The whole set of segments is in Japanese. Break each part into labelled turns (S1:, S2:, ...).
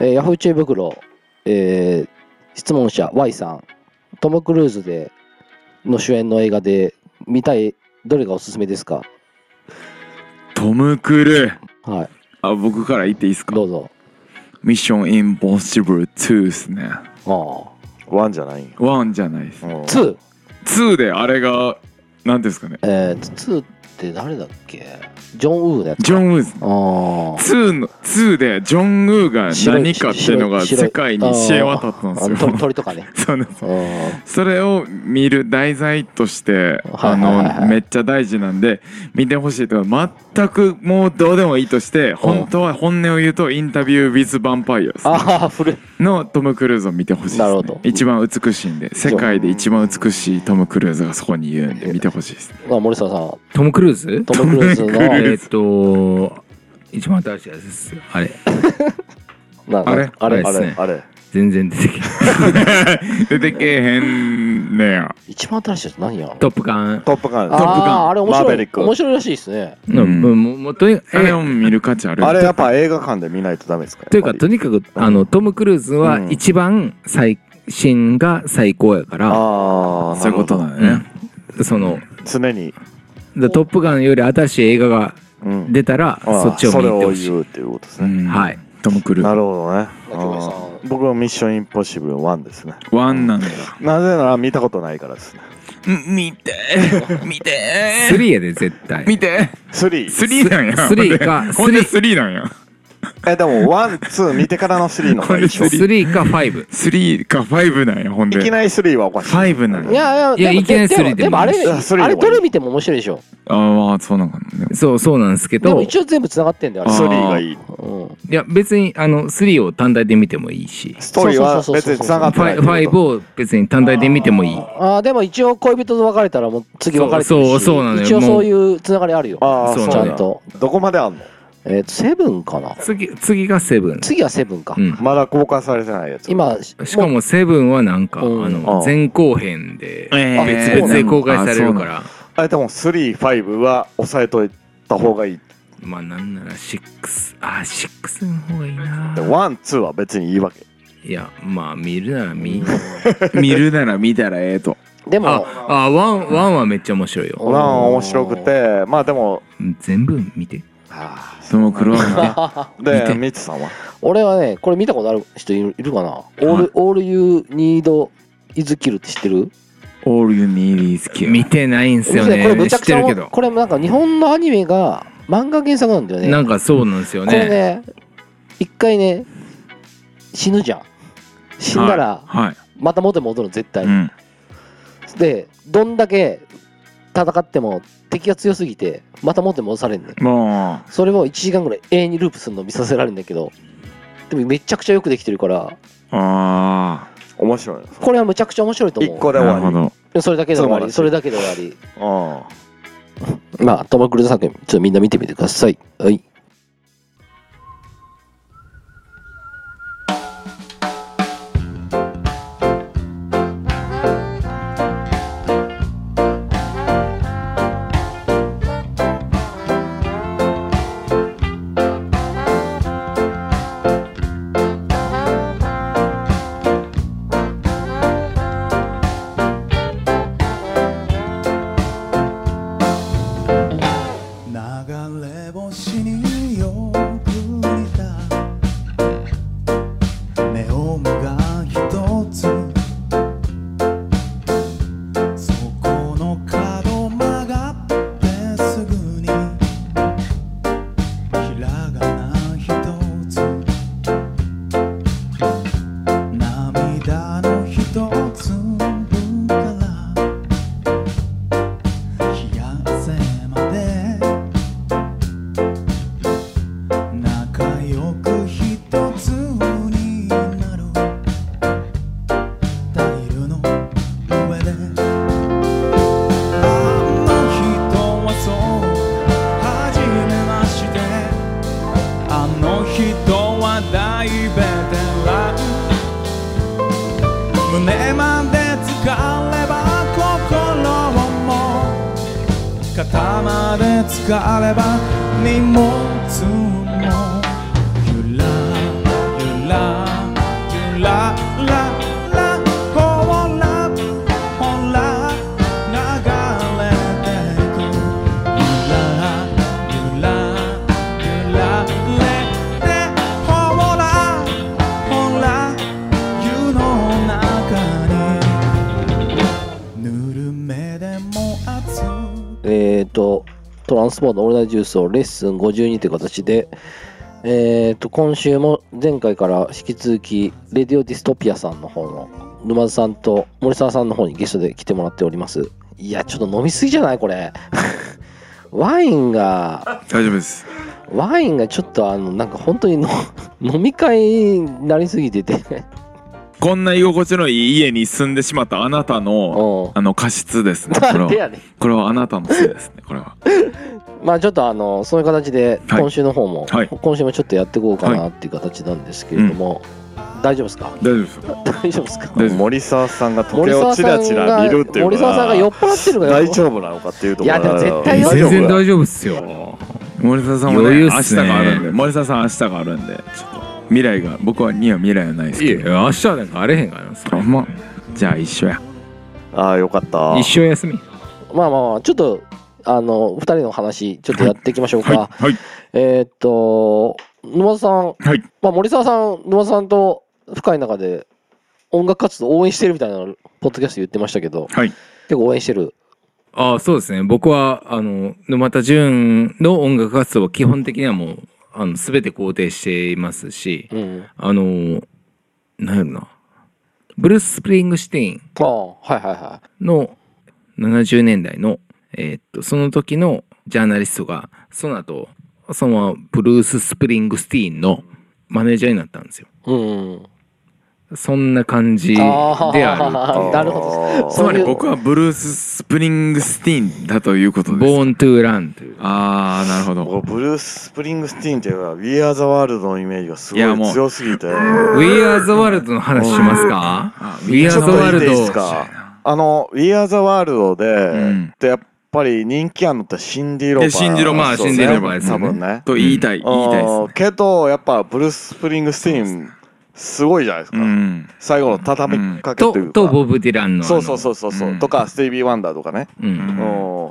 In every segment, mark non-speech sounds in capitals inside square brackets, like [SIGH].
S1: えー、ヤフー知恵袋、えー質問者 Y さん、トム・クルーズでの主演の映画で見たい、どれがおすすめですか
S2: トム・クルー。
S1: はい、
S2: あ、僕から言っていいですか
S1: どうぞ。
S2: ミッション・インポッシブル2ですね。
S1: あ
S3: ワンじゃないんや
S2: ワンじゃないです。
S1: あ。2、
S2: 2であれが、なんていうんですかね。
S1: えー、2って誰だっけジョン・ウーのやつ。
S2: ジョン・ウーですね。
S1: ああ。
S2: 2の2でジョン・ウーが
S1: 白い
S2: 何かっていうのが
S1: 白い白い
S2: 世界に知れ渡ったんですよ
S1: あ。鳥鳥とかね。
S2: そうなんです
S1: うん
S2: それを見る題材として
S1: はいはいはい
S2: あのめっちゃ大事なんで見てほしいとか全くもうどうでもいいとして本当は本音を言うとインタビュー・ウィズ・ヴァンパイアです
S1: ああ、古い。
S2: のトム・クルーズを見てほしいで
S1: なる
S2: す、
S1: ほ
S2: ね
S1: ど、
S2: 一番美しいんで世界で一番美しいトム・クルーズがそこにいるんで見てほしいです
S1: あ森沢さん、
S4: トム・クルーズ
S1: トム・クルーズ
S2: トムクル
S1: の
S2: ーズ
S4: えーっと、一番新しいやつですよ。あれ、
S1: なな
S2: あれ
S1: あれ、
S4: あ
S3: あ
S4: れです
S3: れ
S4: ね
S3: あれ
S4: 全然出てきない。
S2: 出てけえへんねや
S1: 一番新しいやつ何や
S4: トップガン。
S3: トップガン
S1: あ
S2: トップガ
S1: あ
S2: ン
S1: ーあれ面白
S3: マーヴェリ
S1: い
S3: ック
S1: 面白いらしいですね
S4: の
S2: うん
S4: もうもうとにかく
S2: あれを見る価値ある
S3: あれやっぱ映画館で見ないとダメですか
S4: というか、と
S3: に
S4: にかく、あの、トム・クルーズは
S3: うん
S4: 一番最新が最高やから、
S3: ああ
S2: そういうこと
S3: な
S2: な
S3: る
S2: んだね、
S4: その、
S3: ほど常に
S4: でトップガンより新しい映画が
S3: うん
S4: 出たら、
S3: あー
S4: そっちを見
S3: そ
S4: に
S3: れ
S4: 行って
S3: を
S4: ほしい
S3: 言。うっていうことですね
S2: うん
S4: はい
S2: トム・クル
S3: な
S2: ー
S3: るほどね
S1: まあ京平さん
S3: あー僕はミッションインポッシブル1ですね
S2: ズワンなんだ
S3: なぜなら見たことないからですね
S2: 見て見
S4: ス
S2: て
S4: リーやで、絶対。
S2: 見て
S3: 3
S2: 3なんや
S4: スリーか
S2: ほんで
S4: ス
S2: 3なんや
S3: えでも12見てからの3の方がいいでしょ
S2: これ
S3: い
S2: スリ
S4: スリーかファイブ。
S2: 3か5なんやほんで
S3: きなり3はおかしい
S2: 5なん
S1: い
S2: や
S1: やい
S4: い
S1: やでも
S4: やいきなり
S1: で
S4: スリーでも
S1: でもあれ
S3: いいです
S1: あ
S3: あスリーで
S1: れ
S3: も
S1: どれ見ても面白いでしょ
S2: あーあそうなんかね
S4: そう、そうなんですけ
S1: でも
S4: ど、
S1: 一応全部繋がってんだよあれ
S3: 3がいい
S1: うん
S4: いや、別に、あの、スリーを単体で見てもいいし、
S3: ストーリーは別に繋がって
S4: フ
S3: ない
S4: ァイファイブを別に単体で見てもいい。
S1: あーでも一応恋人と別れたらもう次別れてるし
S4: そうそうなのよ
S1: 一応そういう繋がりあるよ
S3: ああ
S4: そ
S3: そうう
S1: ち
S4: な
S1: ゃ
S4: んだ
S1: んと
S3: どこまであんの
S1: えっとセブンかな
S4: 次、次がセブン。
S1: 次はセブンか
S4: うん。
S3: まだ公開されてないやつ
S1: 今
S4: しかもセブンはなんか、あ
S1: うん
S4: の、
S3: あ
S4: 前後編で、
S2: えー
S4: 別々で公開されるから、
S3: あれでも35は抑えといた方がいい
S4: まあなんなら6、あ、6の方がいいな
S3: で。12は別にいいわけ
S4: いや、まあ見るなら見。
S2: 見るなら見たらええと
S1: [LAUGHS] でも
S4: あ、あ、ワン、ワンはめっちゃ面白いよ。
S3: まあ面白くてまあでも
S4: 全部見て。
S3: あー
S2: トム・クルーズね見
S3: で
S2: て
S3: ミツさんは
S1: [LAUGHS] 俺はねこれ見たことある人いるいるかなオー
S2: はい
S1: ルオールユーニードイズキルって知ってる
S2: All you need is
S4: 見
S2: kill
S4: てないんすよ
S1: これ
S4: ね。
S1: めち
S4: 知
S1: ゃ
S4: っ
S1: くち
S4: て
S1: ゃ
S4: るけど。
S1: これもなんか日本のアニメが漫画原作なんだよね
S4: なんかそうなんですよ
S1: これ
S4: ね。
S1: ね一回ね死ぬじゃん死んだら
S2: はい
S1: また元に戻るの絶対、
S2: うん
S1: でどんだけ戦っても敵が強すぎてまた元に戻されんねん
S2: もう
S1: それを1時間ぐらい永遠にループするの見させられるんだけどでもめちゃくちゃよくできてるから
S2: あ
S3: 面白い
S1: これはむちゃくちゃ面白いと
S3: 1
S1: 思
S3: 個
S2: あ
S3: で
S2: なるほ
S3: 終わ
S2: ど
S1: うそれだけで終わ
S3: そう
S1: り
S3: だ
S1: それだけで終わり
S3: りうん
S1: まあトム・クルーズ作品ちょっとみんな見てみてくださいはい
S5: 流れ星によく似たネオンが一つそこの角曲がってすぐにひらがな一つ涙の一つ分から冷や汗まで仲良く一つになるタイルの上であの人はそう初めましてあの人は大ベテラン胸まで疲れば心も肩まで疲れば荷物もゆらゆら
S1: トランスポートオールナイトジュースをレッスン52という形で、えー、と今週も前回から引き続きレディオディストピアさんの方の沼津さんと森沢さんの方にゲストで来てもらっておりますいやちょっと飲みすぎじゃないこれ [LAUGHS] ワインが
S2: 大丈夫です
S1: ワインがちょっとあのなんか本当にの飲み会になりすぎてて
S2: こんな居心地のいい家に住んでしまったあなたの
S1: う
S2: あの過失ですねこれ
S3: なんで
S2: は
S3: やねん
S2: これはあなたのせいですねこれは
S1: んまあちょっとあのそういう形で
S2: はい
S1: 今週の方も、
S2: はい
S1: 今週もちょっとやっていこうかなっていう形なんですけれども、大丈夫ですか [LAUGHS]
S2: 大丈夫ですよ
S1: 大丈夫ですか
S2: 大丈夫
S3: 森沢さんが時
S1: [LAUGHS] 森
S3: 計を
S1: 沢
S3: チ
S1: さ
S3: ラ
S1: ん
S3: チ
S1: が
S3: ラ見るっていうのは
S1: 森沢さんが酔っ払ってるから
S3: 大丈夫なのかっていうところ
S1: いやでも絶対酔って
S3: 大丈夫
S4: 全然
S3: だ
S4: 大丈夫っすよ
S2: 森沢さんも
S4: 余
S2: ね明
S4: 裕っ
S2: 日
S4: すね
S2: があるんで森沢さん明日があるんでちょっと未来が僕はには未来はないです
S4: い
S2: け
S4: や
S2: ど
S4: 明日なんかあれへんからなそ
S2: あ
S4: れ
S2: まあじゃあ一緒や
S3: ああよかった
S4: 一生休み
S1: [LAUGHS] まあまあまあ、ちょっと、あの、二人の話、ちょっとやっていきましょうか。
S2: はいはい
S1: えーっと、沼田さん、
S2: はい
S1: まあ、森沢さん、沼田さんと深い中で、音楽活動応援してるみたいなの、ポッドキャストで言ってましたけど、
S2: はい
S1: 結構応援してる。
S4: ああそうですね僕はあの沼田潤の音楽活動は基本的にはもうあの全て肯定していますし
S1: うん。あ
S4: あのなんやろなブルース・スプリングシュテイン
S1: あ、はいはいは
S4: の70年代の、えーっと、その時のジャーナリストが、その後、そのままブルース・スプリングスティーンのマネージャーになったんですよ。
S1: い。うん。
S4: そんな感じであ
S1: あーなるほそ
S3: ど
S1: う
S2: つ
S1: いう
S2: まり僕はブルース・スプリングスティーンだということ
S4: る。
S2: です
S4: ボーン・トゥ・ランという。
S2: ああなるほど
S3: ブルース・スプリングスティーンっていうのは We Are the World のイメージがすご
S2: いやもう
S3: い強すぎて
S4: We Are the World の話しますか
S2: あ
S4: ?We Are
S3: ち
S4: the
S3: ょっといいで
S4: World。
S3: すかあの We Are the World
S2: ん
S3: でってやっぱり人気あるのってシンディ・ローバー
S2: いやシンディローバー
S3: まあ
S2: シン
S4: ディローバーですよ
S3: 多
S4: ね
S3: 分ね
S2: と言いたい言いたいです
S3: あーけどやっぱブルース・スプリングスティーンすごいじゃないですか
S2: うん
S3: 最後の畳みかけ
S4: と
S3: という、
S4: と、
S3: か
S4: ボブ・ディランのあの。
S3: そうそうそうそうそう
S2: うん
S3: とかスティービー・ワンダーとかね
S4: う。
S2: うんん
S3: うん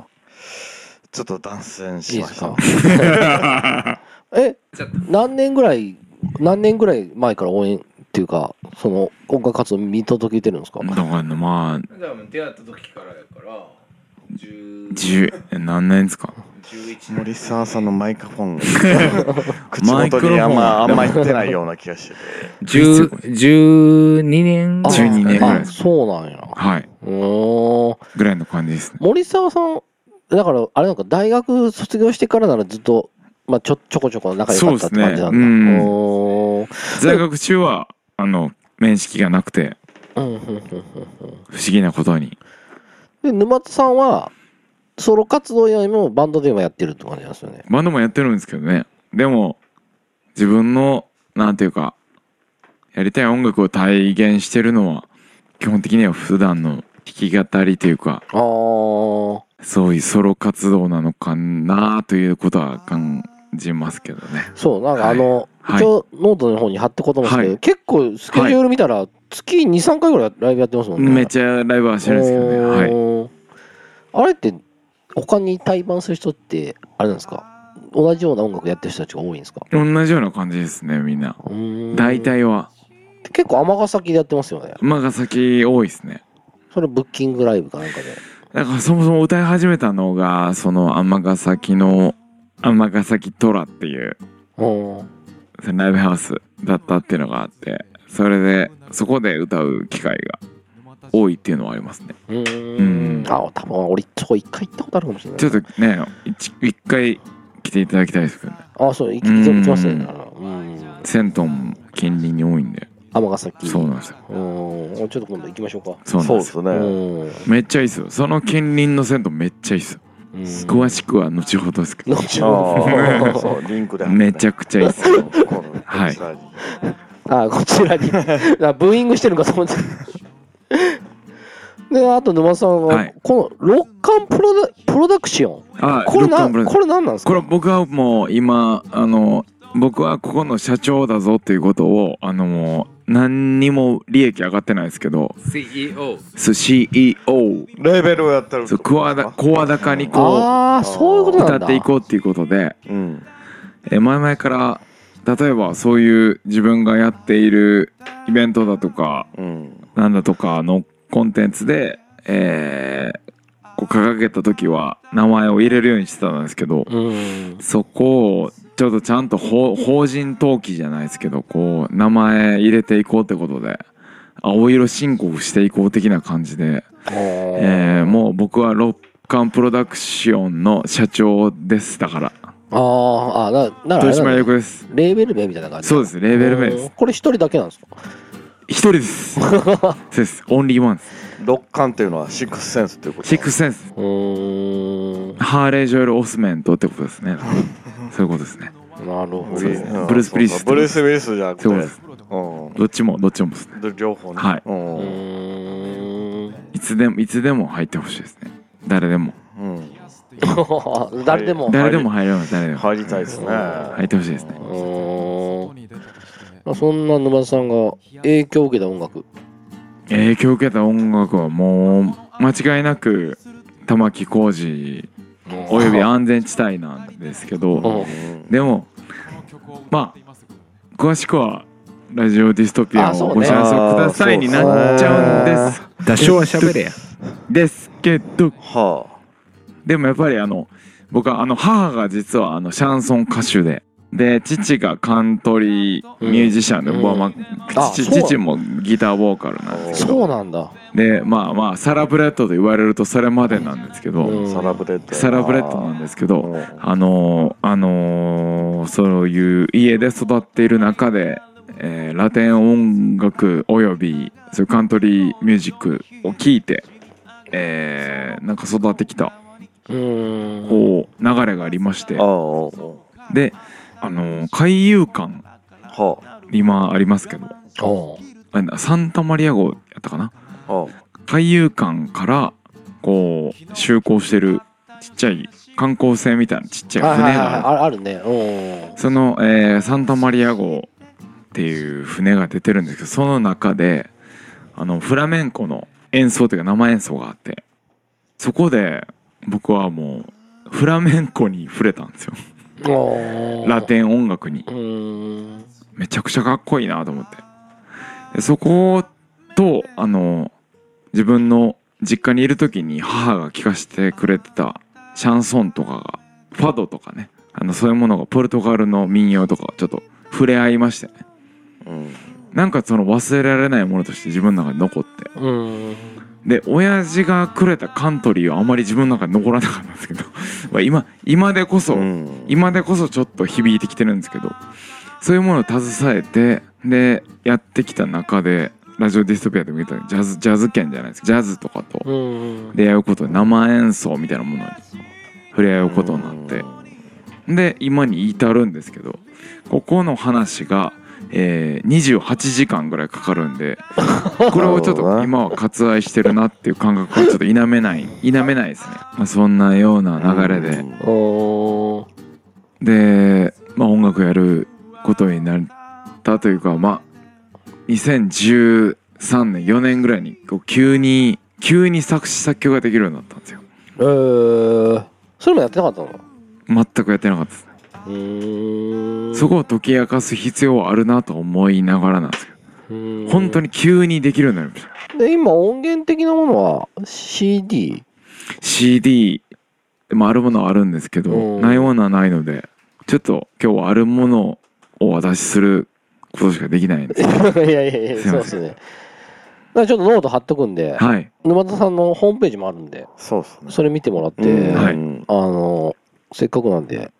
S3: ちょっと断線
S1: い。い
S3: し
S1: い
S3: ま
S1: です
S3: した
S1: か [LAUGHS] え
S4: ちょっ、
S1: 何年ぐらい、何年ぐらい前から応援っていうか、その音楽活動見届けてるんですか、
S2: だからなまあ
S4: でも出会った時からやから、11
S2: 十何年ですか
S3: 森沢さんのマイクフォ
S2: [LAUGHS]
S3: ンが口
S2: マイクロ
S3: 元
S2: フォン
S3: にあんまあんま言ってないような気がしてて
S4: 12年
S1: あ
S2: 12年ぐらい
S1: あそうなんや。
S2: はいう
S1: ーん。
S2: ぐらいの感じ [LAUGHS] ですね
S1: 森沢さん、だから、あれなんか、大学卒業してからならずっと、まあ、ちょ、ちょこちょこ仲良かったって感じなんだ。
S2: そうですねうん
S1: おー
S2: 在学中はあの面識がなくて
S1: うんうんうんうん
S2: 不思議なことに
S1: で、沼田さんは、ソロ活動よりもバンドでもやってるって感じなんですよね。
S2: バンドもやってるんですけどねでも自分のなんていうかやりたい音楽を体現してるのは基本的には普段の弾き語りというか
S1: あー。
S2: そういうソロ活動なのかなということは感じますけどね
S1: そう、なんかあの、
S2: はい
S1: 一応、ノートの方に貼ってことますけど、
S2: はい
S1: 結構、スケジュール見たら、月2、3回ぐらいライブやってますもんね。
S2: めっ
S1: ゃ
S2: ちゃライブはしてるんですけどねはい
S1: い。あれって、他に対バンする人って、あれなんですか同じような音楽やってる人たちが多いんですか
S2: 同じような感じですねみんな
S1: うーん
S2: 大体は
S1: 結構尼崎でやってますよね
S2: 尼崎多いですね
S1: それブッキングライブかなんかで
S2: だからそもそも歌い始めたのがその尼崎の尼崎トラっていう
S1: うん
S2: ライブハウスだったっていうのがあってそれでそこで歌う機会が多いっていうのはありますね
S1: う
S2: うん
S1: んあ多分俺そこ一回行ったことあるかもしれない
S2: ちょっとね一一回来ていただきたいですけどね
S1: あそう行き行きますね
S2: うん
S1: うん
S2: 銭湯も近隣に多いんで
S1: 尼崎
S2: そうなんですよ
S1: うんちょっと今度行きましょうか
S2: そうなん
S3: そう
S2: で
S3: です
S2: よ
S3: す
S1: う
S3: ね
S1: ん
S2: めっちゃいいですよその近隣の銭湯めっちゃいいですよ
S1: うん
S2: 詳しくは後ほどですけど
S1: 後
S3: あ
S1: ほ
S3: ー
S1: ど
S3: そ
S2: [LAUGHS]
S3: うリンクで
S2: めちゃくちゃいいですよ
S3: ゃこの
S2: はい
S3: こちらに
S1: あこち
S2: [LAUGHS]
S1: らにあブーイングしてるのかと思ってであと沼田さん
S2: は
S1: はいこの六冠プロダプロダクション
S2: あ
S1: これ
S2: ロックオ
S1: な
S2: ンブラザーズ
S1: これ何なんです
S2: これ
S1: か
S2: 僕はもう今あの僕はここの社長だぞっていうことをあのもう何にも利益上がってないですけど
S4: CEO
S2: そう CEO
S3: レーベルをやってる
S2: そう声だ声高にこ
S1: ああそういうこと
S2: う
S1: なんだ
S2: 歌っていこうっていうことで
S3: うん
S2: え前々から例えばそういう自分がやっているイベントだとか
S3: うん
S2: なんだとかのコンテンツで、えーこう掲げた時は名前を入れるようにしてたんですけど、
S1: うん。
S2: そこをちょっとちゃんと法法人登記じゃないですけどこう名前入れていこうってことで青色申告していこう的な感じで、えーもう僕は六冠プロダクションの社長ですだから
S1: あーあ、な、ならあれ
S2: 豊
S1: なん
S2: 島
S1: だ
S2: 役です
S1: レーベル名みたいな感じ
S2: そうですレーベル名で
S1: うん
S2: す
S1: これ一人だけなんですか
S2: 一人です [LAUGHS] そうですオンリーワンです
S3: 六冠っていうのはシックスセンスっていうこと
S2: シックスセンス
S1: うーん。
S2: ハーレー・ジョエル・オスメントってことです [LAUGHS] ねそういうことですね
S1: なるほ
S2: そ
S1: ど
S2: うで。すね
S3: うん
S2: ブルースウ
S3: そうそう
S2: ィリスってこと
S3: ブルース・ウィリスじゃなくて
S2: そうです
S3: う
S2: どっちもどっちもですね
S3: んで両方ね
S2: はい
S1: うんーん。
S2: いつでもいつでも入ってほしいですね誰でも
S5: [LAUGHS]
S3: うん
S1: [LAUGHS] 誰でも。
S2: 誰でも入れます誰でも
S3: 入りたいですね
S2: 入ってほしいですね
S1: うーん。そんな沼田さんが影響を受けた音楽。
S2: 影響を受けた音楽はもう間違いなく玉置浩二および安全地帯なんですけ
S1: うん
S2: ど
S3: うん
S2: でもまあ詳しくはラジオディストピア
S1: あそう
S2: を
S1: ね
S2: ご参照くださいになっちゃうんです
S4: 多少は喋れや。
S2: ですけど
S3: は
S2: でもやっぱりあの僕はあの母が実はあのシャンソン歌手でで父がカントリーミュージシャンで、
S1: うん
S2: 僕はまあ
S1: あ
S2: 父
S1: そう
S2: 父もギターボーカルなんですけど
S1: そうなんだ。
S2: でまあまあサラブレッドと言われるとそれまでなんですけど、
S1: うん
S3: あサラブレッド
S2: サラブレッドなんですけ
S3: う
S2: ど
S3: ん
S2: あのーあのーそういう家で育っている中で、えーラテン音楽およびそういうカントリーミュージックを聴いて、えーなんか育ってきた
S1: うーん。
S2: こう流れがありまして
S3: ああうん
S2: であのー海遊館
S3: は
S2: 今ありますけど
S1: おう
S2: なんだサンタマリア号やったかな
S3: あは
S2: 海遊館からこう就航してるちっちゃい観光船みたいなちっちゃい船
S1: はいはい
S2: があ
S1: はいああるね。うん
S2: るその、えーサンタマリア号っていう船が出てるんですけどその中であのフラメンコの演奏というか生演奏があってそこで僕はもうフラメンコに触れたんですよ
S1: おう。
S2: ラテン音楽に
S1: うーん。
S2: めちゃくちゃかっこいいなと思ってでそことあの自分の実家にいる時に母が聴かせてくれてたシャンソンとかがファドとかねあのそういうものがポルトガルの民謡とかちょっと触れ合いましてね
S3: あうん
S2: なんかその忘れられないものとして自分の中に残って
S1: うーん。
S2: で親父がくれたカントリーはあまり自分の中に残らなかったんですけど [LAUGHS] まあ今今でこそ、
S3: ん
S2: 今でこそちょっと響いてきてるんですけどそういうものを携えてでやってきた中でラジオディストピアでも言ったようにジャズジャズ圏じゃないですかジャズとかと
S1: うーん。
S2: 出会うことで生演奏みたいなものに触れ合うことになってで今に至るんですけどここの話が、えー28時間ぐらいかかるん
S3: [LAUGHS]
S2: でこれをちょっ
S3: なるほど
S2: と
S3: ね
S2: 今は割愛してるなっていう感覚はちょっと否めない否めないですね、まあ、そんなような流れで
S1: おー
S2: で、まあ、音楽やることになったというかまあ2013年4年ぐらいにこう急に急に作詞作曲ができるようになったんですよ
S1: えー、それもやってなかったの
S2: 全くやってなかったですね
S1: うーん
S2: そこを解き明かす必要はあるなと思いながらなんですけど本当
S1: に
S2: に急にできるようになりました
S1: で今音源的なものは CD
S2: CD まああるものはあるんですけ
S1: う
S2: ど
S1: ん
S2: ないものはないのでちょっと今日はあるものをお渡しすることしかできない
S1: [LAUGHS]
S2: んですけど
S1: いやいやいや
S2: すいません
S1: そうですねだからちょっとノート貼っとくんで、
S2: はい
S1: 沼田さんのホームページもあるんで
S3: そうですね
S1: それ見てもらって、
S3: うん
S2: はい
S1: あのせっかくなんで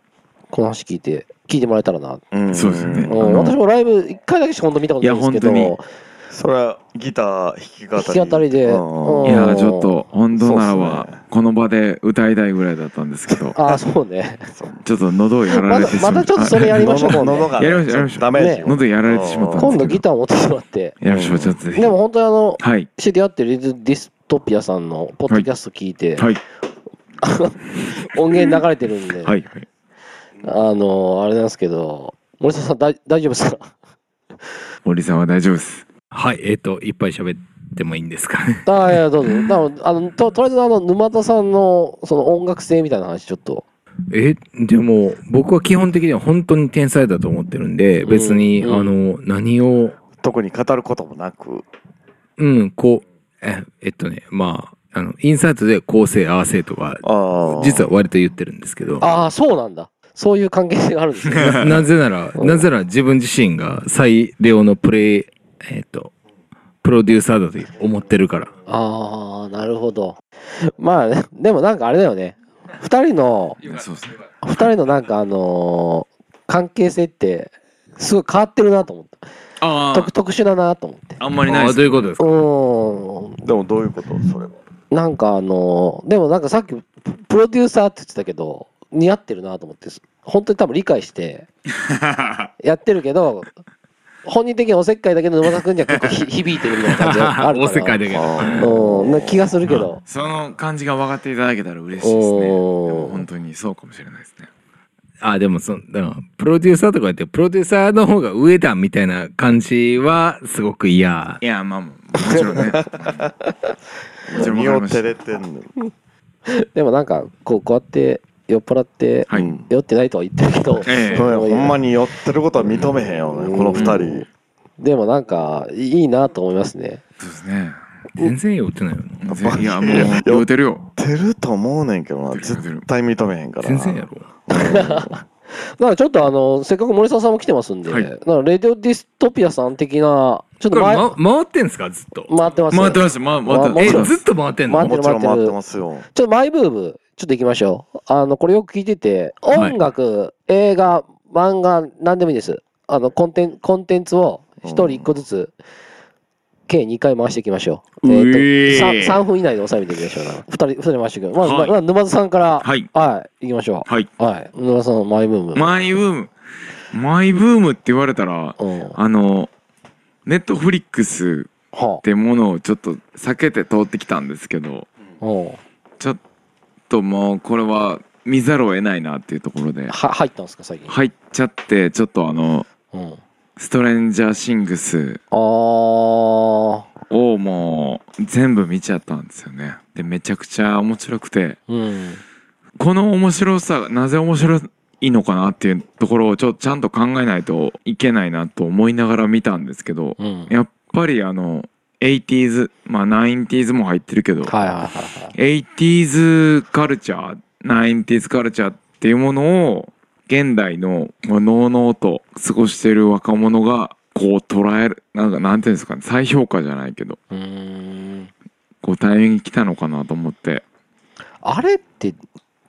S1: この話聞いて聞いてもらえたらな、
S3: うん
S2: そうです
S1: う
S2: ね
S1: ん
S2: あの
S1: 私もライブ一回だけしか本当見たことないんですけ
S2: いや
S1: ど
S2: 本
S3: それはギター弾き語り
S1: 弾き語りで
S3: う
S2: い
S3: ん
S2: やーちょっと本当なら
S3: そうっす
S2: ばこの場で歌いたいぐらいだったんですけど
S1: ああそう
S2: [LAUGHS]
S1: ね
S2: ちょっと喉をやら
S1: ま
S2: れ
S1: だ
S2: てしま
S1: ま
S2: った
S1: ちょっとそれやりましょう今
S3: 喉
S1: 度
S3: 喉が
S2: やりましょうやりましょう
S3: ダメージよ
S1: ね
S2: 喉やられてしまったんですけど
S1: 今度ギター持ってきてもらって
S2: やらせてもらっちゃってぜひ
S1: でも本当にあの
S2: はい
S1: 知り合ってるディストピアさんのポッドキャスト聞いて、
S2: はい
S1: 音源流れてるんで、
S2: はいはい
S1: あの、あれなんですけど、森下さん大大丈夫ですか [LAUGHS]
S2: 森さんは大丈夫です
S4: はい、えっ、と、いっぱい喋ってもいいんですかね。
S1: ああ、いや、
S2: [LAUGHS]
S1: どうぞ。なのであのととりあえず、あの、沼田さんの、その音楽性みたいな話、ちょっと。
S4: [LAUGHS] え、でも、僕は基本的には本当に天才だと思ってるんで、別に、
S1: うん
S4: あの、何を、
S3: 特に語ることもなく
S4: うん、こう、え、えっとね、まあ、あの、インサートで構成合わせとか、
S3: ああ。
S4: 実
S3: は。
S4: は割と言ってるんですけど、
S1: ああ、そうなんだ。そういう関係性があるんですね。
S2: [LAUGHS]
S4: ななぜなら、なぜなら自分自身が最良のプレイ、えっ、と、プロデューサーだと思ってるから。
S1: ああ、なるほど。まあ、 [LAUGHS] でもなんかあれだよね。二人の、
S2: そうですね
S1: 二人のなんかあのー関係性って、すごい変わってるなと思った。
S2: あ
S1: 特特殊だなと思って。
S2: ああんまりないで
S4: あーど
S2: す
S4: ういうことです
S1: う
S4: か
S1: ーん。
S3: でもどういうことそれは。
S1: なんかあのーでもなんかさっきププロデューサーって言ってたけど似合ってるなと思って本当に多分理解
S4: [LAUGHS]
S1: してやってるけど本人的におせっかいだけど沼田君には結構
S4: [LAUGHS]
S1: ひ響いてるみたいな感じがあるから
S4: おせっかいだけど。
S1: うんな気がするけど
S2: その感じが分かっていただけたら嬉しいですね
S1: お
S2: で
S1: ー
S2: も本当にそうかもしれないですね
S4: あ、でもそ、だからプロデューサーとか言って、プロデューサーの方が上だみたいな感じは、すごく嫌
S2: い。やまあもちろんねもちろん分
S3: 身
S2: かり
S3: を
S2: ました
S3: 照れてんの。
S1: でもなんかこうこうやって酔っ払って
S2: はい
S3: うん
S1: 酔ってないとは言ってるけ
S2: [LAUGHS]
S1: ど
S2: ええ
S3: そうや
S1: そういう
S3: ほんまに寄ってることは認めへんよね、この二人。
S1: でもなんかいいなと思いますね
S2: そうですね
S4: 全然酔ってないよ。
S2: 全いやもう酔うてるよ
S3: 出ると思うねんけどな、絶対認めへんから。
S4: 全然やろ。
S1: だからちょっとあのせっかく森沢さんも来てますんで
S2: はい
S1: だからレディオディストピアさん的なちょっ
S4: ことれ、
S1: 前
S4: ま、回ってんすかずっと。
S1: 回ってます
S2: 回ってましたま回って
S1: ま回
S4: え、
S1: ってます
S4: ずっと回ってんの、
S1: 回
S3: もちろん回ってますよ。
S1: ちょっとマイブーム、ちょっと行きましょう。あの、これよく聞いてて、
S4: はい
S1: 音楽、映画、漫画、何でもいいです。あの、コンテンコンテンツを一人一個ずつ、計2回回していきましょう。
S2: うえ
S1: っと
S2: ー
S1: 3, 分以内で収めていきましょうな。2人、二人回していく。まず、
S2: はい
S1: まず沼津さんから、は
S2: はい
S1: い、はい、行きましょ。
S2: はいう
S1: はい、沼津さんのマイブーム。
S2: マイブームマイブームって言われたら
S1: うん。は
S2: あのネットフリックスってものをちょっと避けて通ってきたんですけど
S1: あ、うん。は、
S2: ちょっともうこれは見ざるを得ないなっていうところで
S1: 入ったんですか、最近。
S2: 入っちゃってちょっとあの
S1: うん。
S2: ストレンジャーシングス
S1: あー、
S2: をもう全部見ちゃったんですよねでめちゃくちゃ面白くて
S1: うん。
S2: この面白さがなぜ面白いのかなっていうところをちょちゃんと考えないといけないなと思いながら見たんですけど
S1: うん。はい
S2: やっぱりあの 80s まあ 90s も入ってるけど
S1: はいはいはい。
S2: 80s カルチャー 90s カルチャーっていうものを現代のまあのうのうと過ごしてる若者がこう捉えるなんかなんていうんですかね再評価じゃないけど
S1: うーん。
S2: こうタイミング来たのかなと思って
S1: あれって、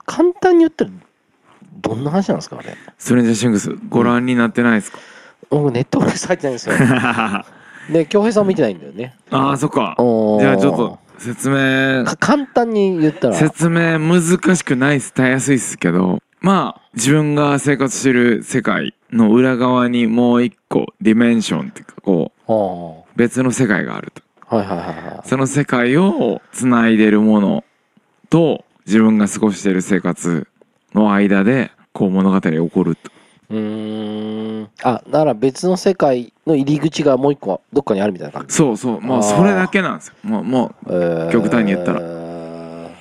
S1: 簡単に言ったら、どんな話なんですかね。
S2: ストレンジャーシングスご覧になってないですか、
S1: 僕、ネットフリックス入ってないんですよ。
S2: あ
S1: [LAUGHS] で、京平さんも見てないんだよね。
S2: あそっか
S1: おー
S2: じゃあちょっと説明
S1: か簡単に言ったら。
S2: 説明難しくないですたやすいっすけどまあ自分が生活してる世界の裏側にもう一個ディメンションっていうかこう
S1: おー
S2: 別の世界があると
S1: はいはいはいはい。
S2: その世界をつないでるものと自分が過ごしてる生活の間でこう物語が起こると
S1: うーん。あ、だから別の世界の入り口がもう一個どっかにあるみたいな感じ。
S2: そうそうもうそれだけなんですよもうも
S1: えー
S2: [LAUGHS] 極端に言ったら
S1: え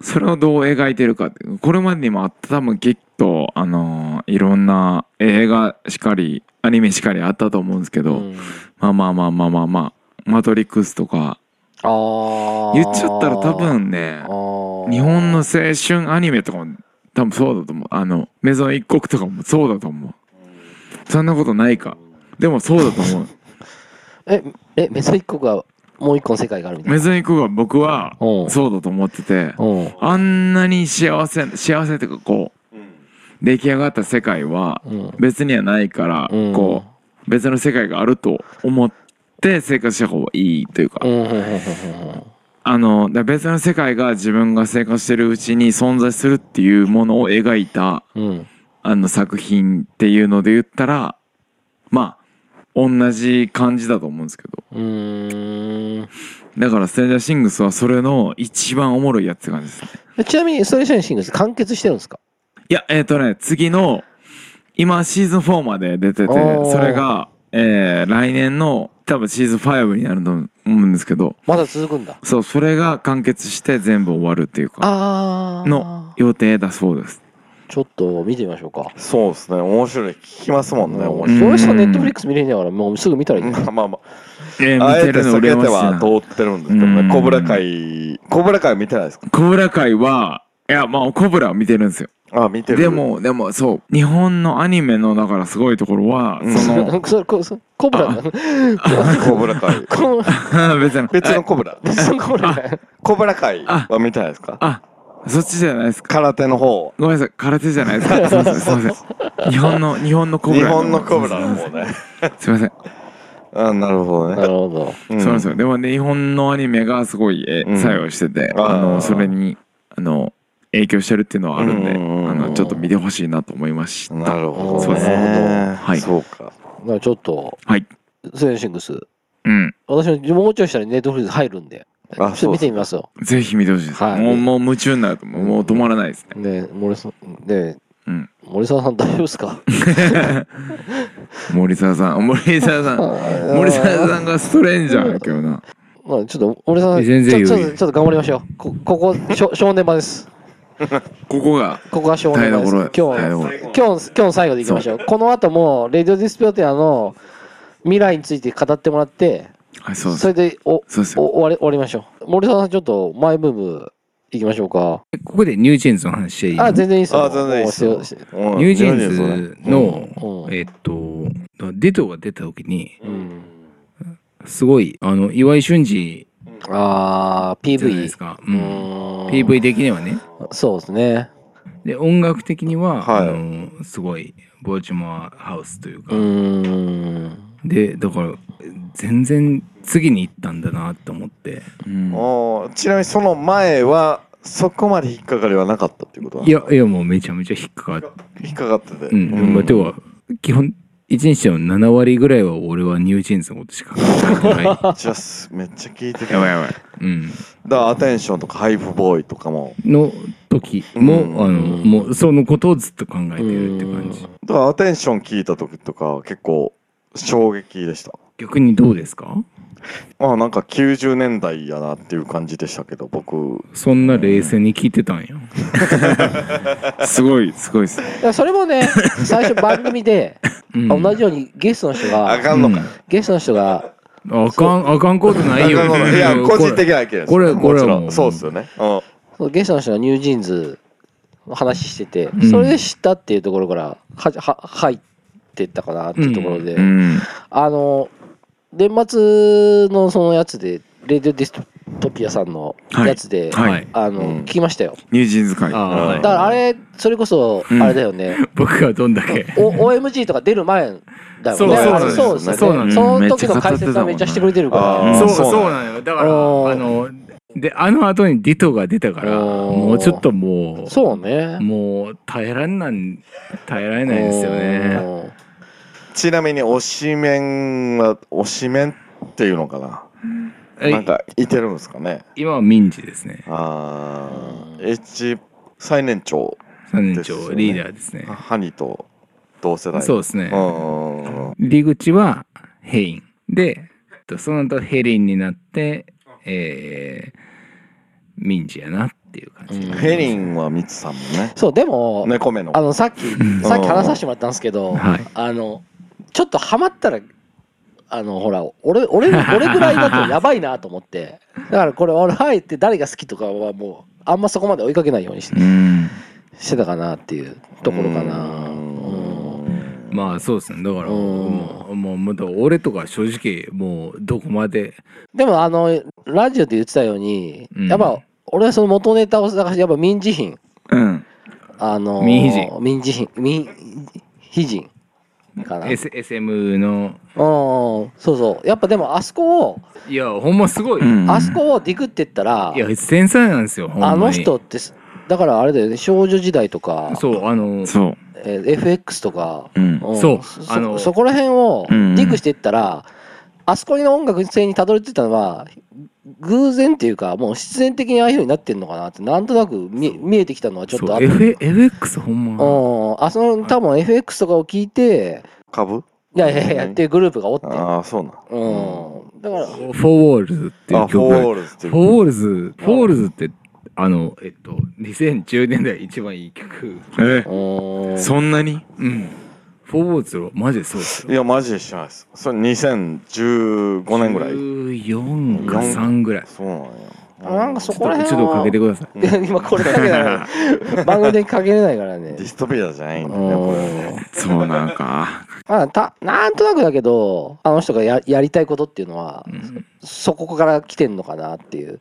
S2: うそれをどう描いてるかってこれまでにもあった多分きっとあのーいろんな映画しかりアニメしかりあったと思うんですけ
S1: ー
S2: ど、
S1: うん
S2: まあまあまあまあまあまあ、マトリックスとか、
S1: あー
S2: 言っちゃったら多分ね
S1: あ、ー
S2: 日本の青春アニメとかも多分そうだと思う。あの、メゾン一国とかもそうだと思う。そんなことないか。でもそうだと思う。
S1: え、え、メソ一個がもう一個の世界があるみたいな。
S2: メゾン一国は僕は
S1: うん
S2: そうだと思ってて、
S1: うん。
S2: あんなに幸せ、幸せっていうかこう、出来上がった世界は
S1: うん。
S2: 別にはないから、
S1: うん
S2: こう、別の世界があると思って生活した方がいいというか、
S1: うんうんうんうんうん
S2: あの、だ別の世界が自分が生活してるうちに存在するっていうものを描いた、
S1: うん。うん。
S2: あの作品っていうので言ったら、まあ、同じ感じだと思うんですけど。
S1: うーん
S2: だから、ステンジャーシングスはそれの一番おもろいやつって感じですね。
S1: えちなみに、ストレーションシングス完結してるんですか
S2: いや、えっ、とね、次の、今シーズン4まで出てて、
S1: おー
S2: それが、えー、来年の多分シーズン5になると思うんですけど、
S1: まだ続くんだ。
S2: そう、それが完結して全部終わるっていうか、
S1: あー。
S2: の予定だそうです。
S1: ちちょっと見てみましょうか。
S3: そうですね。面白い。聞きますもんね。面
S1: そ
S3: 白い。
S1: れしかネットフリックス見れんねやから、もうすぐ見たらいいね。
S3: まあまあま
S2: えー、
S3: あ、あ
S2: 見
S3: え
S2: て
S3: て
S2: るの
S3: 避けて
S2: 羨ましいな
S3: は通ってるんですけど
S2: うん
S3: ね。コブラ会、コブラ会は見てないですか
S2: コブラ会はいやまあコブラは見てるんですよ
S3: あ、見てる。
S2: で、もでもそう日本のアニメのだからすごいところは
S3: うん
S2: そ
S1: [LAUGHS]
S2: の
S1: それこそコブラなの
S3: コブラ会。
S1: コブ
S2: [LAUGHS] 別に
S3: 別のコブラ。
S1: コブラ
S3: コブラ会は見てないですか
S2: あそっちじゃないですか
S3: 空手の方。
S2: ごめんなさい空手じゃないです
S3: [LAUGHS]
S2: かすいませんすいません日本の日本のコブ
S3: 日
S2: ラ
S3: 本のコブラの方ね。
S2: すいません
S3: あ、なるほど
S1: [LAUGHS] なる
S3: ね。
S1: ほど。
S3: う
S2: そうなんですよ。でもね、日本のアニメがすごい、え
S3: うん
S2: 作用してて、
S3: あー
S2: あの、それに、あの、影響してるっていうのはあるんで、
S3: うんうんうん
S2: あの、ちょっと見てほしいなと思いました。
S3: なるほ
S1: そう
S3: ど
S1: です
S3: ね。
S2: はい
S3: そうか。
S1: だからちょっと、
S2: はい。
S1: セレンシングス。
S2: うん。
S1: 私ももうちょいしたらネットフリックス入るんで。ちょ
S3: あ
S1: っと見てみますよ。
S2: ぜひ見てほしいです。
S1: はい
S2: もう、もう夢中になると、もうもう止まらないですね。
S1: ね森さん、ね
S2: うん
S1: 森沢さん大丈夫ですか
S2: 森沢さん、森
S1: [LAUGHS]
S2: 沢さん。森沢さんがストレンジャーやけどな。
S1: まあちょっと、森沢さん、
S4: 全然
S1: ちょ
S4: 余
S1: ちょ
S4: 裕
S1: っとちょっと頑張りましょう。こここしょ、正念場です。
S2: ここが、
S1: ここが正
S2: 台
S1: 念場です。
S2: 所
S1: 今
S2: や。
S1: 日
S2: 台
S1: は、
S2: 所
S1: 今日、今日の最後でいきましょう。この後も、レディオディスペアティアの未来について語ってもらって、
S2: はい、そうです
S1: そ。れでお
S2: そうです
S1: お
S2: よ。
S1: 終わり終わりましょう。森沢さん、ちょっとマイブームいきましょうか。
S4: ここでニュージーンズの話していい
S1: あ、全然いいっすよ。
S3: あ全然いいっすよ
S1: もう
S3: うん
S4: ニュージーンズの、
S1: うん
S4: えっと、デトが出た時に、
S1: うん。
S4: すごい、あの、岩井俊二
S1: あー、
S4: じゃないで
S1: PV
S4: す。か。
S1: う
S4: うん。
S1: ーん
S4: PV 的にはね。
S1: そうですね。
S4: で、音楽的には、
S3: はい
S4: あの、すごい、ボーチモアハウスというか
S1: う、ーん。
S4: で、だから、全然次に行ったんだなと思って。
S2: うん
S3: おーちなみにその前はそこまで引っかかりはなかったっていうことない
S4: や、いや、もうめちゃめちゃ引っかかっ
S3: 引っかかってて、
S4: うん。まあ、では、基本、一日の7割ぐらいは俺はニュージーンズのことしか考えて
S3: め [LAUGHS]
S4: な
S3: っちゃすめっちゃ聞いてた
S2: やばい
S3: だか
S2: やばい。
S4: い。うん。
S3: らアテンションとかハイフボーイとかも
S4: の時も、
S3: うん
S4: あの、
S1: うん
S4: もうそのことをずっと考えてるって感じ。
S3: だからアテンション聞いた時とかは結構衝撃でした
S4: 逆にどうですか
S3: まあなんか90年代やなっていう感じでしたけど僕
S4: そんな冷静に聞いてたんや。
S2: すごい、すごいです。
S1: だからそれもね、最初番組で、
S4: うん
S1: 同じようにゲストの人
S3: あ
S1: が、
S3: かんのか、
S1: ゲストの人が、
S4: あかん、あかんことないよ。
S3: あかんのかいや個人的な意見です
S4: これこれは
S3: もちろ
S4: もうん
S3: そうですよねうん
S1: そのゲストの人がニュージーンズの話してて
S4: う、ん
S1: それで知ったっていうところから、は、は、入ってったかなっていうところで
S2: う、ん。
S1: あの、年末のそのやつで、レディオディストピアさんのやつで、
S2: はい
S4: はい。
S1: あの、
S3: うん
S1: 聞きましたよ。
S2: ニュージーンズ会。
S4: あ
S2: あ
S4: は
S3: う
S1: だ
S4: い
S3: ん
S1: からあれ、それこそ、
S2: うん
S1: あれだよね、
S4: 僕はどんだけ。
S1: お OMG とか出る前だよね。
S4: そう
S1: あ
S4: そう
S1: れ
S4: そう
S1: ですね
S4: そうなんです
S1: その時の解説はめっちゃしてくれてるか
S3: う
S1: ら
S3: ん。
S4: そう、
S3: そう
S4: そうなのよ。だから、あ
S1: おー
S4: の、で、あの後にディトが出たから、
S1: おー
S4: もうちょっともう、
S1: そうね。
S4: もう耐えらんなん、耐えられないですよね。
S1: うん
S3: ちなみに推しメンは推しメンっていうのかな
S4: え
S3: なんかいてるんですかね
S4: 今は民事ですね。
S3: あ
S1: う
S3: あ、エッジ最年長、
S4: 三年
S3: です
S4: 長
S3: よね
S4: リーダーですね。
S3: ハニと同世代。
S4: そう
S3: う
S4: ですね
S3: ん。うんうん。
S4: 入り口はヘインでえっとその後ヘリンになってえー、民事やなっていう感じ、
S1: うん
S3: ヘリンはミツさんもね。
S1: そう、でも、
S3: 猫目の。
S1: あの、さっき、さっき話させてもらったんですけど、
S4: はい
S1: あの、ちょっとハマったら、あの、ほら、俺、俺、俺ぐらいだとやばいなと思って。だからこれ、俺、入って誰が好きとかはもう、あんまそこまで追いかけないようにし
S2: うん。
S1: してたかなっていうところかな。
S3: う
S1: うん
S3: ん
S4: まあそうですねだから
S1: うん
S4: もうもうもうだから俺とか正直もうどこまで
S1: でもあのラジオで言ってたように、
S4: うん
S1: やっぱ俺はその元ネタを探してやっぱ民事品
S2: うん。
S1: あのー
S4: 民事
S1: 民事品民非人かな、うん
S4: S SM の
S1: そうそうやっぱでもあそこを、
S4: いやほんますごい、
S2: うん
S1: あそこをディグってったら
S4: いや繊細なんですよほんまに
S1: あの人ってすだからあれだよね少女時代とか、
S4: そうあの
S2: そ
S1: えー FX とか、
S2: う。うん。
S1: ん
S4: そう
S1: そ
S4: あの
S1: そこら辺をデ
S2: うん
S1: ィグしていったら、あそこの音楽性にたどり着いたのは偶然っていうかもう必然的にああいうふうになってんのかなってなんとなく見見えてきたのはちょっと
S4: そ
S1: あ
S4: う
S1: った。
S4: F FX ほんま
S1: うん、あその多分 FX とかを聞いて、
S3: 株
S1: いやいやいやっていうグループがおって、
S3: ああ、そうな
S1: うん、だから、
S4: フォーウォールズってい
S3: ん。
S4: う
S3: あ、フォ
S4: 曲
S3: ーオールズってい
S4: フォー
S3: う。
S4: ウォールズ、フォーウォールズってあの、えっと、2010年代一番いい曲。
S2: え
S1: うーん
S2: そんなに
S4: うん。フォーボーズロー、マジでそうです
S3: い
S4: よ。
S3: や、マジで知らないです。それ2015年ぐらい。
S4: 14か3ぐらい。
S3: そうなんや。
S1: なんかそ
S4: ちょ
S1: こ
S4: っ
S1: ら
S4: と
S1: 辺
S4: ちょっとかけてください。
S1: いや [LAUGHS] 今これだけだから番組でかけれないからね
S3: ディストピアじゃないん
S1: う
S3: だよ、これ。
S1: ん
S2: そうなんか
S1: まあたなんとなくだけどあの人がややりたいことっていうのは
S4: うん
S1: そこから来てんのかなっていう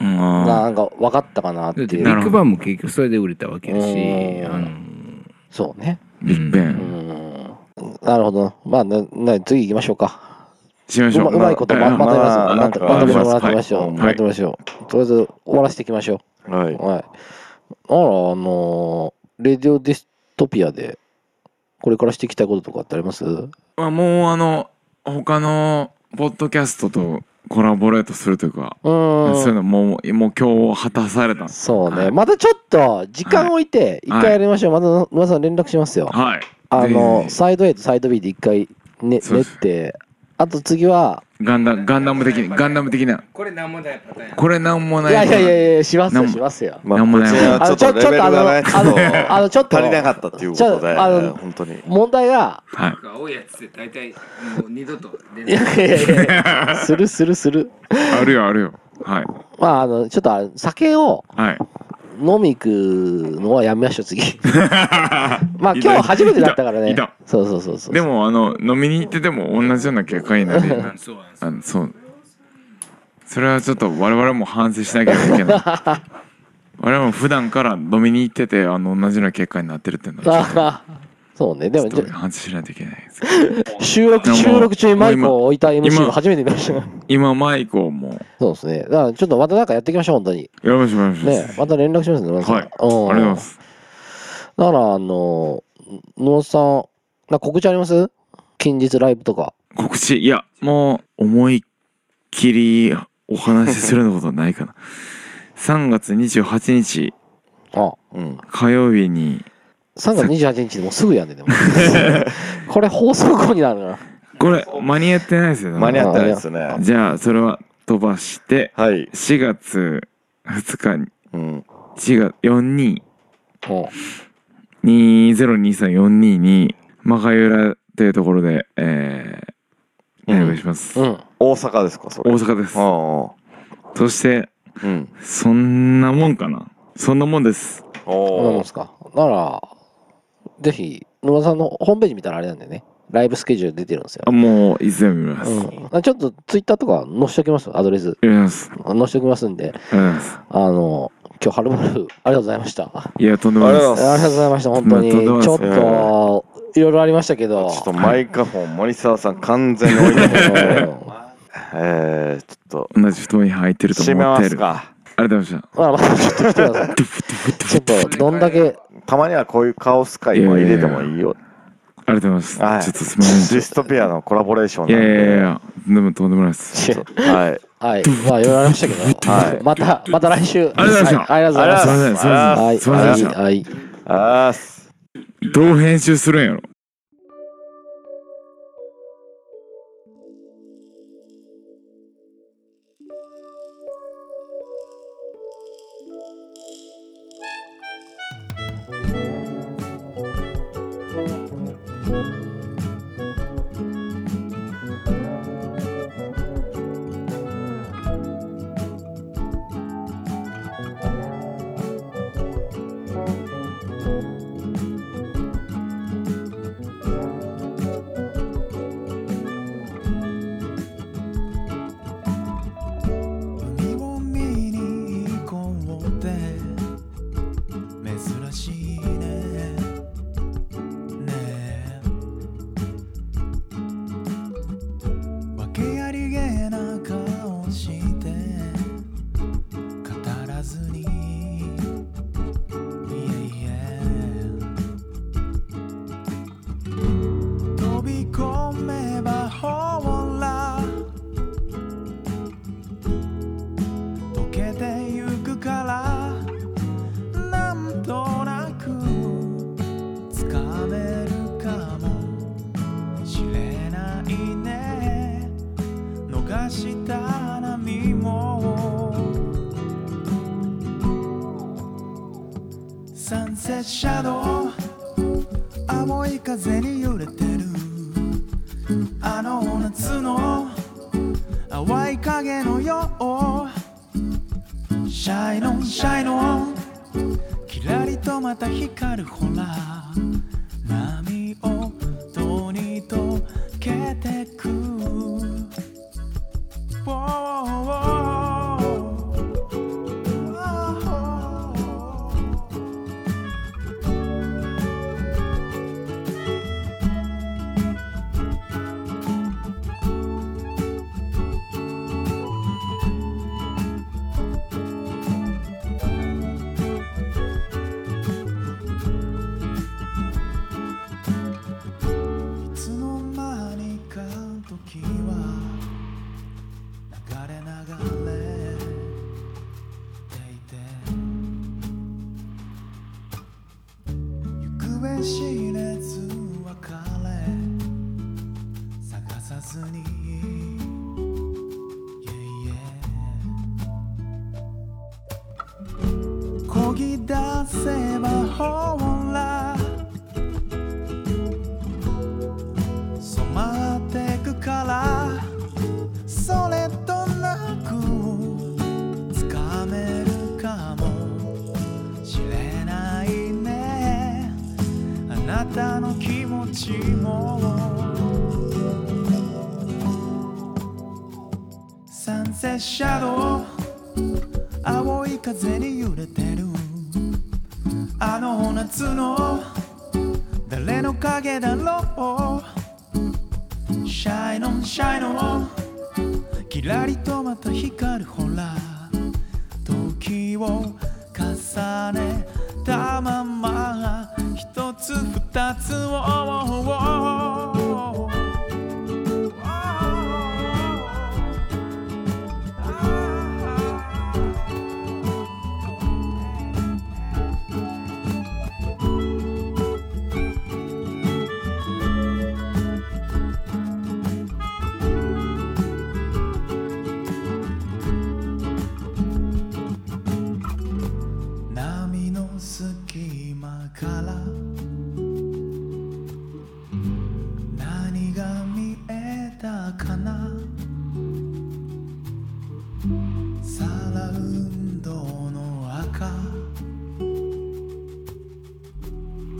S2: うん
S1: なんか分かったかなって
S4: だって
S1: い
S4: ビ
S1: う
S2: な
S4: ッグバンも結局それで売れたわけだし、
S1: うん
S4: あの、
S1: そうね
S2: ビッグベ
S4: う
S1: う
S2: ン
S1: んなるほどまあなな次行きましょうか
S2: しまし
S1: う
S2: ょ
S1: ま
S2: う
S1: うまいこと
S2: え
S1: ま
S2: え
S1: まとめます
S3: まあ
S1: まとまとめてもらって
S2: はい
S1: ましょう。
S2: はい
S1: まとめましょう。とりあえず終わらせていきましょ
S3: は
S1: う。はい。
S3: い。
S1: あら、あのーレディオディストピアで、これからしていきたいこととかってあります
S2: まあもうあの他のポッドキャストとコラボレートするというかそういう
S1: ーん。
S2: のもうもう今日果たされたんです
S1: そう
S2: は
S1: ね。
S2: い
S1: またちょっと、時間置いて、一
S2: はい
S1: 回やりましょう。また、皆さん連絡しますよ。
S2: はい
S1: あの
S2: ぜひぜ
S1: サイド A とサイド B で一回ね、
S2: そう
S1: 練っ
S2: です
S1: て、あと次は、
S2: ひガンダガンダム的にガンダム的な
S4: これ何もないパターンや。
S2: これなんも
S1: い
S2: ない
S1: やいやいやいや、します
S2: な
S1: よ、
S2: んも
S1: しますよ。
S3: ま
S2: なんもない
S3: こちらはちょっとレベルがね、ちょ
S1: あ
S3: っ
S1: の
S3: と
S1: ちょ
S3: [LAUGHS]
S1: っとあのあのちょっと
S3: 足りなかったっていうことで、
S1: ちょあの
S3: 本当に。
S1: 問題が、
S2: はい
S4: 青いやつって大体もう二度と出
S1: いやいやいやいや、するするする。
S2: あるよあるよはい
S1: まあ、あの、ちょっとあの酒を
S2: はい
S1: 飲み行くのはやめましょう、
S2: [LAUGHS]
S1: 次。まあ、今日初めてだったからね
S2: いたいた。
S1: そうそうそうそう。
S2: で、もあの飲みに行ってても同じような結果になり
S4: そうなんです
S2: あのそうそれはちょっと我々も反省しなきゃいけない
S1: [LAUGHS]
S2: 我々も普段から飲みに行っててあの同じような結果になってるっていうのはちょっ
S1: ああ [LAUGHS] そうね。でも、
S2: とちょっ
S1: じ
S2: と
S1: ゃ
S2: 反省しないといけないです
S1: 収録、
S2: でも
S1: 収録中にマイク
S2: もう
S1: を置いた MC
S2: 今
S1: が初めて見ました。
S2: 今マイクをもう
S1: そうですね。だから、ちょっとまたなんかやっていきましょう、本当に。
S2: やばいしばいし
S1: ね、また連絡しますね、野田さん
S2: は
S1: うん
S2: いありがとうございます
S1: だから、あの、野田さん、なんか告知あります近日ライブとか。
S2: 告知いやもう思いっきりお話しするようなことはないかな [LAUGHS] 3月28日
S1: あ
S3: うん。
S2: 火曜日に
S1: 3月28日でもうすぐやんね
S2: [LAUGHS]
S1: でも。これ放送後になるな。
S2: これ間に合ってないですよね
S3: 間に合ってないですね。
S2: じゃあそれは飛ばして
S3: はい。
S2: 4月2日に
S3: うん。
S2: 4月4 2
S1: うん
S2: 202342に、マカユラっていうところで、えー、ライブします。
S1: うん。
S3: 大阪ですか、それ。
S2: 大阪です。
S3: 阪。
S2: そして、
S3: うん。
S2: そんなもんかな。そんなもんです。
S1: こんなもん
S3: お
S1: っすか。なら、ぜひ、野田さんのホームページ見たらあれなんでね、ライブスケジュール出てるんですよ
S2: あ。もう、いつでも見ます。
S1: う
S2: よ
S1: ん、あちょっとツイッターとか載せておきます、アドレス。
S2: ろしくお願いします。
S1: 載せておきますんで、
S2: ありがとうございます。
S1: あの、今日はるばる、ありがとうございました。あ
S2: いや、とんでもないで
S3: ありがとうござい
S1: りがと
S3: ます
S1: うございました、本当に。ち
S2: まあとんで
S1: ょ
S2: もないで
S1: っ
S2: す
S1: と、いろいろありましたけど
S3: ちょっ。とマイカフォン、森沢さん、完全に置いてますね。
S1: うん
S3: [LAUGHS] えー、ちょっと、
S2: す。同じ布団に入ってると
S3: 閉
S2: 思っ
S3: めま
S2: てい
S3: す
S2: る。あ
S3: か。
S2: りがとうございまし
S1: まあ、またちょっと来てください。ちょっと、どんだけ、
S3: たまにはこういうカオス会も入れてもいいよ。
S2: た。ありがとうござい
S3: は
S2: ま
S3: い。
S2: す。ちょっとすみ
S3: デ
S2: ません
S3: ィ。ストピアのコラボレーション
S2: い
S3: なん
S2: やいやい
S3: で。
S2: や、でもとんでもないです。
S3: ちょっとはい。
S1: はい、まあ、いろいろありましたけど、
S3: はい
S1: また、また来週。
S2: ありがとうございました
S1: はいありがとうございます
S3: ありがとうございました
S2: すいません、すいませ
S1: は
S2: ん。
S1: い、
S2: すいませんでし
S1: はい、はい。
S3: あーす。
S2: た。どう編集するんやろ。
S5: 海を見に行こうって珍しいねねえ列車の青い風に揺れてるあの夏の淡い影のようシャイノンシャイノンキラリとまた光るほら波音に溶けてく Whoa, whoa, whoa. いつの間にか時は流れ流れていて行方知れず別れ探さずに Yeah, yeah 漕ぎ出せばほら染まってくからそれとなくつかめるかもしれないねあなたの気持ちもサンセシャドウ青い風に揺れてるあの夏の誰の影だろうシャイノンシャイノンキラリとまた光るほら時を重ねたまま一つ二つを波の隙間から何が見えたかなサラウンドの赤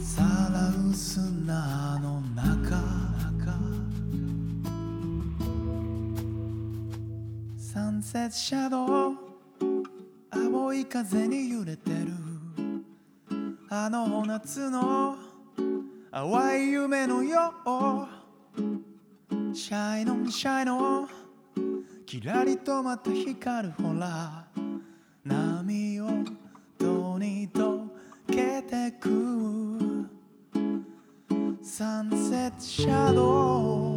S5: サラウ砂の中サンセットシャドウ青い風に揺れてるあの夏の淡い夢のようシャイノンシャイノンキラリとまた光るほら波をどに溶けてくサンセットシャドウ